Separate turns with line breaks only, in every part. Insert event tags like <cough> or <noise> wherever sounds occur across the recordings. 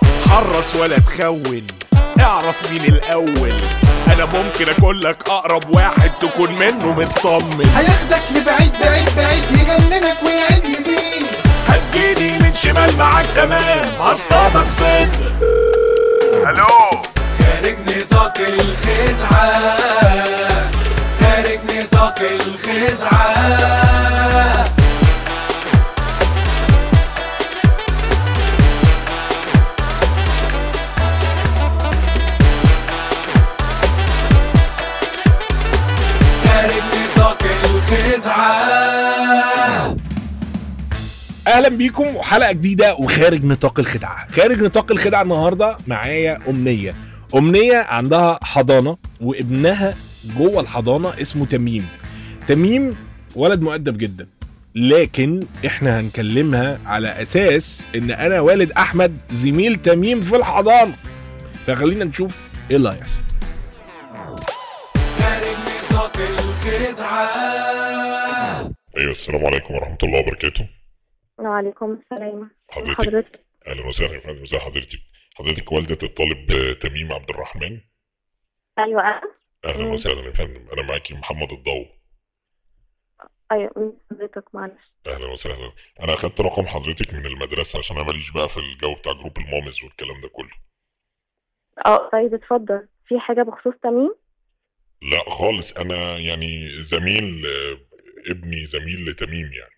تتهرس ولا تخون اعرف مين الاول انا ممكن اكون لك اقرب واحد تكون منه مطمن
هياخدك لبعيد بعيد بعيد يجننك ويعيد يزيد
هتجيني من شمال معاك تمام هصطادك صدر الو
خارج نطاق الخدعة خارج نطاق الخدعة خارج نطاق الخدعة
اهلا بيكم وحلقه جديده وخارج نطاق الخدعه خارج نطاق الخدعه النهارده معايا امنيه امنيه عندها حضانه وابنها جوه الحضانه اسمه تميم تميم ولد مؤدب جدا لكن احنا هنكلمها على اساس ان انا والد احمد زميل تميم في الحضانه فخلينا نشوف ايه اللي هيحصل
خارج نطاق الخدعة
ايوه السلام عليكم ورحمه الله وبركاته
وعليكم السلام
حضرتك.
حضرتك
اهلا وسهلا يا فندم ازي حضرتك حضرتك والده الطالب آه، تميم عبد الرحمن
ايوه انا
اهلا
مم.
وسهلا يا فندم انا معاكي محمد الضو
ايوه مين حضرتك معلش
اهلا وسهلا انا اخدت رقم حضرتك من المدرسه عشان انا ماليش بقى في الجو بتاع جروب المامز والكلام ده كله
اه طيب اتفضل في حاجه بخصوص تميم
لا خالص انا يعني زميل آه، ابني زميل لتميم يعني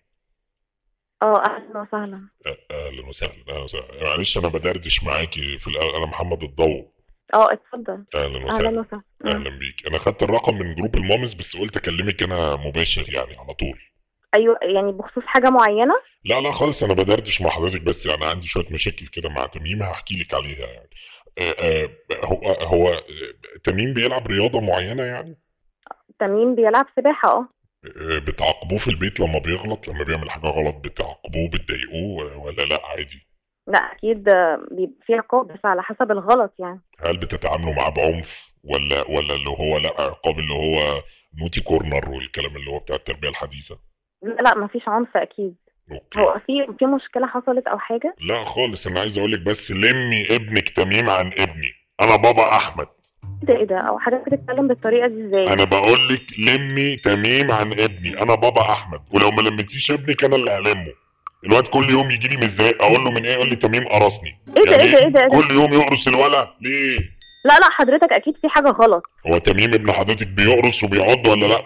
اه اهلا وسهلا
آه، اهلا وسهلا اهلا وسهلا معلش انا بدردش معاكي في الأ... انا محمد الضو
اه اتفضل
اهلا
اهلا
وسهلا
وسهلا مم.
اهلا بيك انا خدت الرقم من جروب المامز بس قلت اكلمك انا مباشر يعني على طول
ايوه يعني بخصوص حاجه معينه
لا لا خالص انا بدردش مع حضرتك بس انا عندي شويه مشاكل كده مع تميم هحكي لك عليها يعني آه، آه، هو هو آه، تميم بيلعب رياضه معينه يعني
تميم بيلعب سباحه اه
آه، بتعاقبوه في البيت لما بيغلط لما بيعمل حاجه غلط بتعاقبوه بتضايقوه ولا- ولا لا عادي
لا اكيد آه، بيبقى في عقاب بس على حسب الغلط يعني
هل بتتعاملوا معاه بعنف ولا ولا اللي هو لا عقاب اللي هو نوتي كورنر والكلام اللي هو بتاع التربيه الحديثه
لا لا مفيش عنف اكيد
اوكي
هو في في مشكله حصلت او حاجه
لا خالص انا عايز اقول لك بس لمي ابنك تميم عن ابني انا بابا احمد
إيه ده ايه ده او حضرتك بتتكلم بالطريقه دي ازاي
انا بقول لك لمي تميم عن ابني انا بابا احمد ولو ما لميتيش ابنك انا اللي هلمه الواد كل يوم يجي لي مزاق اقول له من ايه يقول لي تميم قرصني
ايه ده ايه ده ايه ده, إيه ده؟
كل يوم يقرص الولد ليه
لا لا حضرتك اكيد في حاجه غلط
هو تميم ابن حضرتك بيقرص وبيعض ولا لا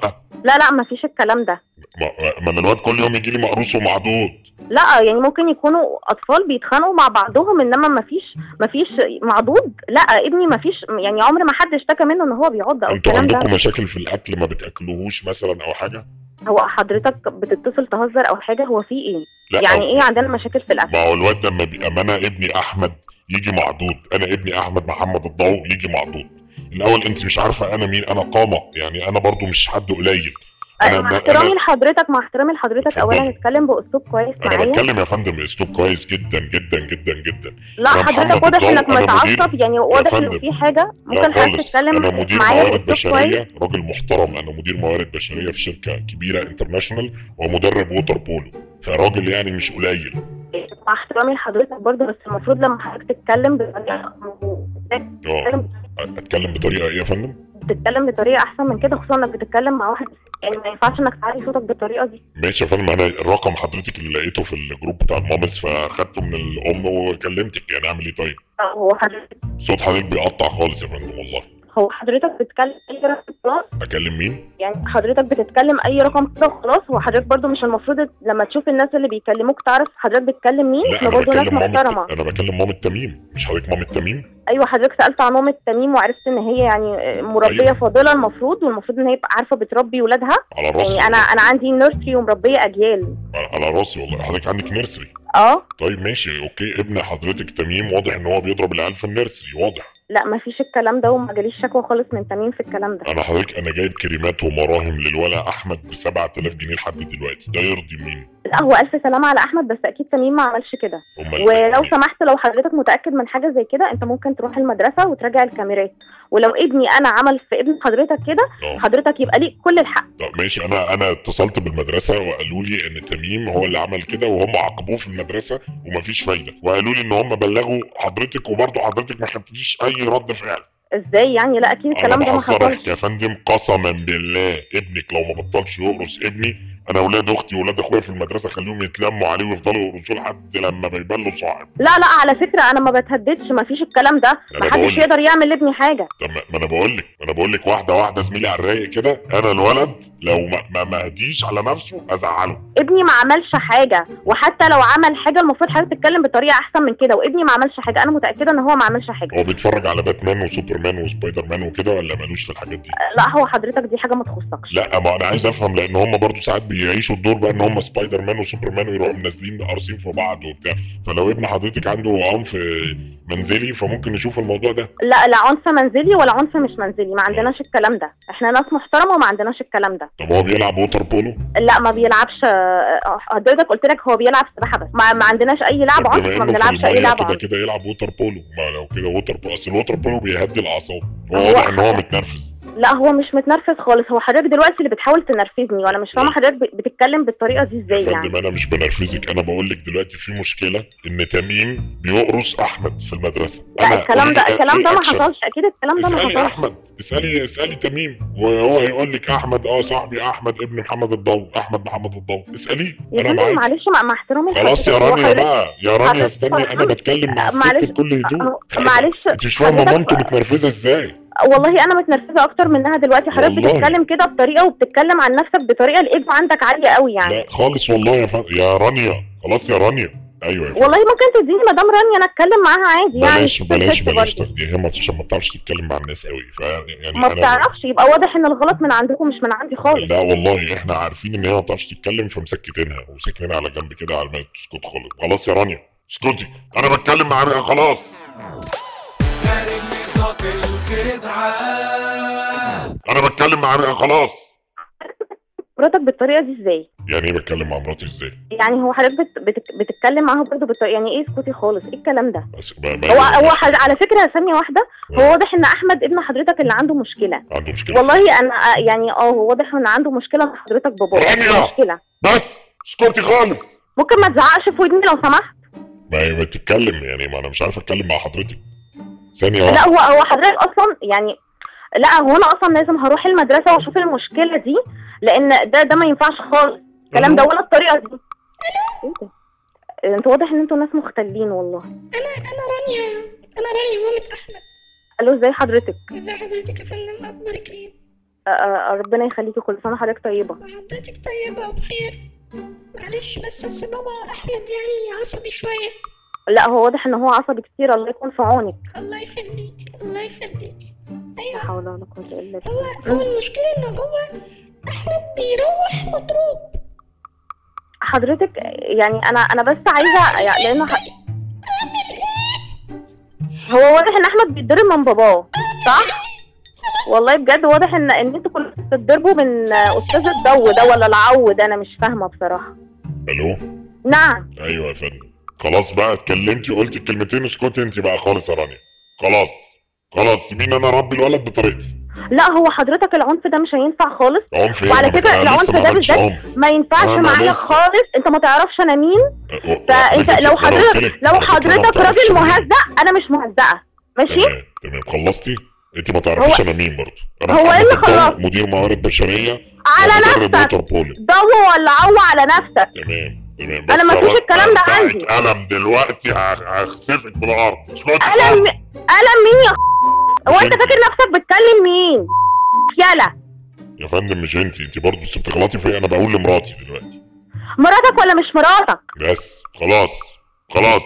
لا لا مفيش الكلام ده
ما- ما انا الواد كل يوم يجي لي مقروص ومعضوض
لا يعني ممكن يكونوا اطفال بيتخانقوا مع بعضهم انما مفيش مفيش معضود لا ابني مفيش يعني عمر ما حد اشتكى منه ان هو بيعض او
انتوا
الكلام ده
عندكم مشاكل في الاكل ما بتاكلوهوش مثلا او حاجه
هو حضرتك بتتصل تهزر او حاجه هو في ايه
لا
يعني
أو-
ايه عندنا مشاكل في الاكل
ما هو الواد لما بيبقى ما انا ابني احمد يجي معضوض انا ابني احمد محمد الضوء يجي معضوض الاول انت مش عارفه انا مين انا قامه يعني انا برضو مش حد قليل انا
أه، مع احترامي لحضرتك مع احترامي لحضرتك اولا
اتفضل.
اتكلم باسلوب كويس
انا
معايا
بتكلم يا فندم باسلوب كويس جدا جدا جدا جدا
لا
أنا محمد
حضرتك واضح
الضوء،
انك
أنا
متعصب
مدير.
يعني واضح ان
فندم.
في حاجه
لا
ممكن حضرتك
خالص انا
تتكلم
مدير
معايا
موارد
باسلوب كويس
بشريه راجل محترم انا مدير موارد بشريه في شركه كبيره انترناشونال ومدرب ووتر بولو فراجل يعني مش قليل
مع احترامي لحضرتك برضه بس المفروض لما حضرتك تتكلم يعني بطريقه
اه اتكلم بطريقه ايه يا فندم
بتتكلم بطريقه احسن من كده خصوصا انك بتتكلم مع واحد يعني ما ينفعش انك تعلي صوتك بالطريقه دي
ماشي يا فندم انا الرقم حضرتك اللي لقيته في الجروب بتاع المامز فاخدته من الام وكلمتك يعني اعمل ايه طيب؟
هو حضرتك
صوت حضرتك بيقطع خالص يا فندم والله
هو حضرتك بتتكلم اي رقم خلاص
اكلم مين؟
يعني حضرتك بتتكلم اي رقم كده وخلاص هو حضرتك برضه مش المفروض لما تشوف الناس اللي بيكلموك تعرف حضرتك بتكلم مين
لا
احنا
انا
برضه ناس
بكلم
محترمه
مامة انا بكلم مامة تميم مش حضرتك مامة تميم؟
ايوه حضرتك سالت عن ام التميم وعرفت ان هي يعني مربيه
أيوة.
فاضله المفروض والمفروض ان هي تبقى عارفه بتربي ولادها
على راسي
يعني انا انا عندي نيرسري ومربيه اجيال
والله. على راسي والله حضرتك عندك نيرسري
اه
طيب ماشي اوكي ابن حضرتك تميم واضح ان هو بيضرب العيال في النيرسري واضح
لا مفيش الكلام ده وما جاليش شكوى خالص من تميم في الكلام ده
انا حضرتك انا جايب كريمات ومراهم للولا احمد ب 7000 جنيه لحد دلوقتي ده يرضي مين؟
لا هو الف سلامه على احمد بس اكيد تميم ما عملش كده
امال
ولو
يعني
سمحت لو حضرتك متاكد من حاجه زي كده انت ممكن تروح المدرسه وتراجع الكاميرات ولو ابني انا عمل في ابن حضرتك كده
آه.
حضرتك يبقى ليك كل الحق
طب ماشي انا انا اتصلت بالمدرسه وقالوا لي ان تميم هو اللي عمل كده وهم عاقبوه في المدرسه ومفيش فايده وقالوا لي ان هم بلغوا حضرتك وبرضه حضرتك ما خدتيش اي رد فعل
ازاي يعني لا اكيد
انا
الكلام ده ما
بعذرك
حصلش
يا فندم قسما بالله ابنك لو ما بطلش يقرص ابني انا اولاد اختي واولاد اخويا في المدرسه خليهم يتلموا عليه ويفضلوا يقرصوه لحد لما بيبان له صاحب
لا لا على فكره انا ما بتهددش ما فيش الكلام ده
أنا
ما
بقول
حدش
لك.
يقدر يعمل لابني حاجه
طب ما ما انا بقول لك ما انا بقول لك واحده واحده زميلي على الرايق كده انا الولد لو ما ما ما هديش على نفسه ازعله
ابني ما عملش حاجه وحتى لو عمل حاجه المفروض حضرتك تتكلم بطريقه احسن من كده وابني ما عملش حاجه انا متاكده ان هو ما عملش حاجه
هو بيتفرج على باتمان وسوبرمان وسبايدر مان وكده ولا ملوش في الحاجات دي؟
لا هو حضرتك دي حاجه ما تخصكش
لا ما انا عايز افهم لان هم برضو ساعات بيعيشوا الدور بقى ان هم سبايدر مان وسوبرمان ويروحوا نازلين قارصين في بعض وبتاع فلو ابن حضرتك عنده عنف منزلي فممكن نشوف الموضوع ده
لا لا عنف منزلي ولا عنف مش منزلي ما عندناش الكلام ده احنا ناس محترمه وما عندناش الكلام ده
طب هو بيلعب ووتر بولو
لا ما بيلعبش آه، حضرتك قلت لك هو بيلعب سباحه بس ما, ما عندناش اي لعب
طب
عنف ما
في
بنلعبش اي
الميه
لعب
كده
عنف
كده يلعب ووتر بولو ما لو كده ووتر بولو اصل الووتر بولو بيهدي الاعصاب هو
هو-
واضح ان هو متنرفز
لا هو مش متنرفز خالص هو حضرتك دلوقتي اللي بتحاول تنرفزني وانا مش فاهمه حضرتك ب- بتتكلم بالطريقه دي
يا
ازاي يعني
فندم انا مش بنرفزك انا بقول لك دلوقتي في مشكله ان تميم بيقرص احمد في المدرسه
لا الكلام
قولي
ده
لي
الكلام
إيه
ده ما
أكشن؟
حصلش اكيد الكلام ده ما
اسالي
حصلش
احمد اسالي اسالي تميم وهو هيقول لك احمد اه صاحبي احمد ابن محمد الضوء احمد محمد الضوء اساليه
يا
انا
فندم
معاك
معلش مع, مع احترامي
خلاص يا
لحضرتك، هو
رانيا
حضرتك-
بقى يا رانيا
حضرتك-
استني انا
حضرتك-
بتكلم مع الست
معلش.
بكل هدوء
أه، معلش.
انت مش فاهمه
حضرتك-
مامته متنرفزه ازاي
والله انا متنرفزه اكتر منها دلوقتي حضرتك
والله.
بتتكلم كده بطريقه وبتتكلم عن نفسك بطريقه الايجو عندك عاليه قوي يعني
لا خالص والله يا ف... يا رانيا خلاص يا رانيا ايوه يا فندم.
والله ممكن تديني مدام رانيا انا اتكلم معاها عادي يعني
بلاش
ست-
بلاش
ست
بلاش
برضه.
تاخديها ما عشان ما بتعرفش تتكلم مع الناس قوي ف يعني
ما
أنا-
بتعرفش يبقى واضح ان الغلط من عندكم مش من عندي خالص
لا والله احنا عارفين ان هي ما بتعرفش تتكلم فمسكتينها وساكنين على جنب كده على ما تسكت خالص خلاص يا رانيا اسكتي انا بتكلم مع خلاص
خارج نطاق الخدعة
انا بتكلم مع خلاص
مراتك بالطريقه دي ازاي
يعني ايه بتكلم مع مراتي ازاي؟
يعني هو حضرتك بت... بت... بتتكلم معاها برضه بالطريقه يعني ايه اسكتي خالص ايه الكلام ده
بس ب- ب-
هو هو حد... على فكره يا ثانيه واحده هو واضح ان احمد ابن حضرتك اللي عنده مشكله
عنده مشكله
والله انا آه، يعني اه هو واضح ان عنده مشكله مع حضرتك بابا
رانيا!
مشكله
بس اسكتي خالص
ممكن ما تزعقش في ودني لو سمحت
ما هي بتتكلم يعني ما انا مش عارف اتكلم مع حضرتك ثانيه
لا
واحده
هو هو حضرتك اصلا يعني لا هو انا اصلا لازم هروح المدرسه واشوف المشكله دي لان ده ده ما ينفعش خالص الكلام ده ولا الطريقه دي ايه ده انت واضح ان انتوا ناس مختلين والله
انا انا رانيا انا رانيا مامة احمد
الو ازاي حضرتك
ازي حضرتك يا فندم اخبارك ايه
آه، آه، ربنا يخليكي كل سنه حضرتك طيبه
وحضرتك طيبة وبخير معلش بس بس بابا احمد يعني عصبي شوية
لا هو واضح ان هو عصبي كتير الله يكون في عونك
الله يخليك الله يخليك
لا
ايوه
حول ولا قوه الا
هو
بالله
هو المشكلة ان هو احمد بيروح مضروب
حضرتك يعني انا انا بس عايزه يعني لانه ح...
اعمل ايه
هو واضح ان احمد بيتضرب من باباه صح
إيه؟ خلاص
والله بجد واضح ان ان انتوا كنتوا بتتضربوا من استاذ الدو ده ولا العو ده انا مش فاهمه بصراحه
الو
نعم
ايوه يا فندم خلاص بقى اتكلمتي قلت الكلمتين اسكتي انت بقى خالص يا رانيا خلاص خلاص سيبيني انا اربي الولد بطريقتي
لا هو حضرتك العنف ده مش هينفع خالص
عنف ايه
وعلى
أنا-
فكره
أنا
العنف
لسه ما
ده
عملتش
بالذات
عنف.
ما ينفعش
أنا لسه-
معايا خالص انت ما تعرفش انا مين فانت لو حضرتك لو حضرتك راجل مهزأ انا مش مهزأة ماشي
تمام تمام خلصتي انت ما تعرفيش انا مين برضه انا
هو إيه اللي
محمد الضو،
خلص؟
مدير موارد بشريه
على
ومدرب
نفسك.
ووتر بولو
ضو ولا عو على نفسك
تمام تمام
أنا ما فيش
هو-
الكلام ده
ساعة
عندي.
قلم دلوقتي هخ- هخسفك في الارض اسكتي
قلم
خالص.
قلم مين يا هو انت فاكر نفسك بتكلم مين يلا
يا فندم مش انت انت برضه بس بتغلطي فيا انا إيه؟ بقول لمراتي دلوقتي
مراتك ولا مش مراتك
بس خلاص خلاص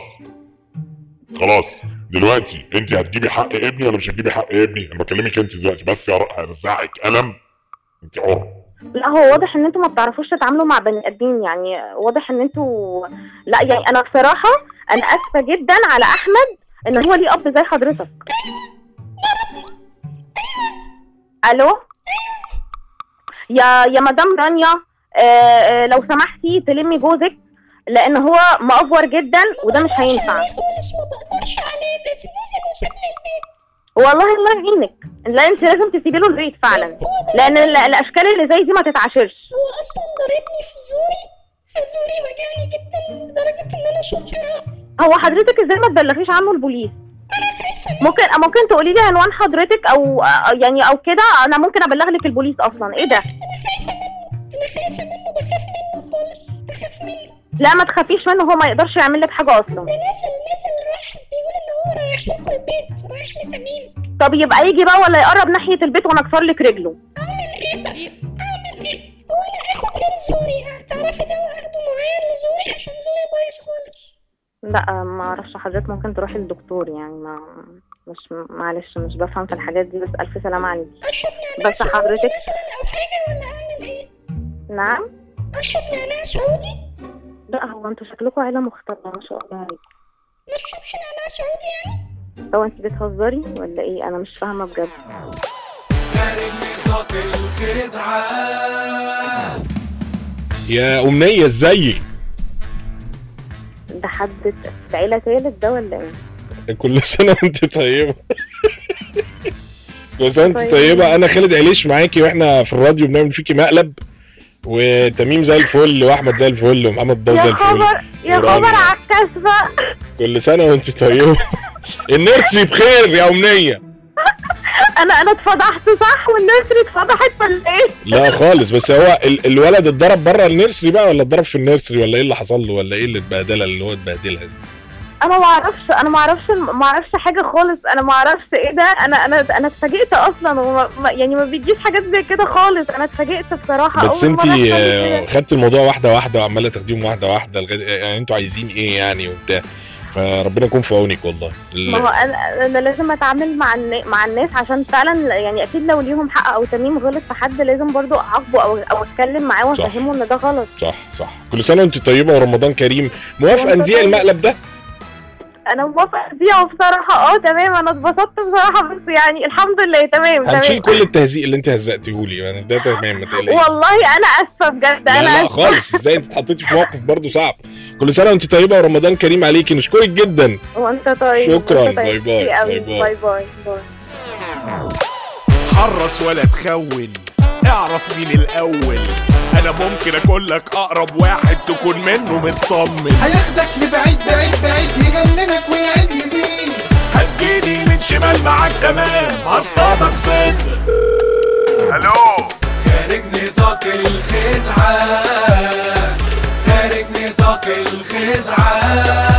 خلاص دلوقتي انت هتجيبي حق ابني ولا مش هتجيبي حق ابني انا بكلمك انت دلوقتي بس يا رق هرزعك قلم انت حر
لا هو واضح ان انتوا ما بتعرفوش تتعاملوا مع بني ادمين يعني واضح ان انتوا لا يعني انا بصراحه انا اسفه جدا على احمد ان هو ليه اب زي حضرتك الو يا يا مدام رانيا آه، آه، لو سمحتي تلمي جوزك لان هو مأفور جدا وده مش هينفع
عليه خالص ما بقدرش عليه لازم ننزل ونسيبنا البيت
والله الله يعينك لا انت لازم تسيبي له البيت فعلا لان ال- الاشكال اللي زي دي ما تتعاشرش
هو اصلا ضربني في زوري فزوري وجعني جدا لدرجه ان انا صوتي راح
هو حضرتك ازاي ما تبلغيش عنه البوليس
انا خايفه منه
ممكن ممكن تقولي لي عنوان حضرتك او آه، يعني او كده انا ممكن ابلغ لك البوليس اصلا ايه ده
انا خايفه منه انا خايفه منه بخاف منه خالص بخاف منه
لا ما تخافيش منه هو ما يقدرش يعمل لك حاجه
ده
اصلا
نازل نازل راح بيقول ان هو رايح لكم البيت رايح لتميم
طب يبقى يجي بقى ولا يقرب ناحيه البيت وانا اكسر لك رجله
اعمل ايه طيب اعمل ايه هو انا اخد غير زوري هتعرفي ده واخده معايا لزوري عشان زوري بايظ خالص
لا ما اعرفش حضرتك ممكن تروحي للدكتور يعني ما مش معلش مش بفهم في الحاجات دي بس الف سلامه عليكي
اشرب نعناع
بس
سعودي
حضرتك-
مثلا او حاجه ولا اعمل ايه
نعم
اشرب نعناع سعودي
لا هو انتوا شكلكم عيله مختلطه ما شاء الله عليكي
ما اشربش نعناع سعودي يعني
هو انت بتهزري ولا ايه انا مش فاهمه بجد
خارج نطاق الخدعة
يا امنيه ازيك
ده حد في عيله تالت ده ولا ايه
كل سنه وانت طيبه كل سنه وانت
طيب.
طيبه انا خالد عليش معاكي واحنا في الراديو بنعمل فيكي مقلب وتميم زي الفل واحمد زي الفل ومحمد ضو زي
يا
الفل
خبر يا
ورانيا.
خبر على الكسبه
كل سنه وانت <laughs> طيبه النيرسري بخير يا امنيه
انا انا اتفضحت صح والنسر اتفضحت ولا ايه
لا خالص بس هو ال- الولد اتضرب بره النيرسري بقى ولا اتضرب في النيرسري ولا ايه اللي حصل له ولا ايه اللي اتبهدله اللي هو اتبهدلها دي؟
انا ما اعرفش انا ما اعرفش ما اعرفش حاجه خالص انا ما اعرفش ايه ده انا انا انا اتفاجئت اصلا وما ما- يعني ما بيجيش حاجات زي كده خالص انا اتفاجئت بصراحه
بس آه،
أول مرة
انت
يحصل لي كده.
خدت الموضوع واحده واحده وعماله تاخديهم واحده واحده لغايه يعني انتوا عايزين ايه يعني وبتاع فربنا يكون في عونك والله ال-
ما هو انا انا لازم اتعامل مع النا- مع الناس عشان فعلا يعني اكيد لو ليهم حق او تميم غلط في حد لازم برضو اعاقبه او او اتكلم معاه
صح.
وافهمه ان ده غلط
صح صح كل سنه وانت طيبه ورمضان كريم موافقه
وانت
نذيع
طيب.
المقلب ده
انا موافقه فيها بصراحه اه تمام انا اتبسطت بصراحه بس يعني الحمد لله تمام
هنشيل
تمام
كل التهزيق اللي انت هزقتيه لي يعني ده تمام ما تقلقيش
والله انا اسفه بجد
لا,
انا
لا
اسفه
خالص ازاي انت اتحطيتي في موقف برضه صعب كل سنه وانت طيبه ورمضان كريم عليكي نشكرك جدا
وانت طيب
شكراً.
وأنت
باي
طيب.
باي.
ميرسي أوي.
باي باي.
باي باي باي
حرص ولا تخون اعرف مين الاول انا ممكن اكلك اقرب واحد تكون منه متطمن
هياخدك لبعيد بعيد بعيد يجننك ويعيد يزيد
هتجيني من شمال معاك تمام هصطادك صد الو
خارج نطاق الخدعة خارج نطاق الخدعة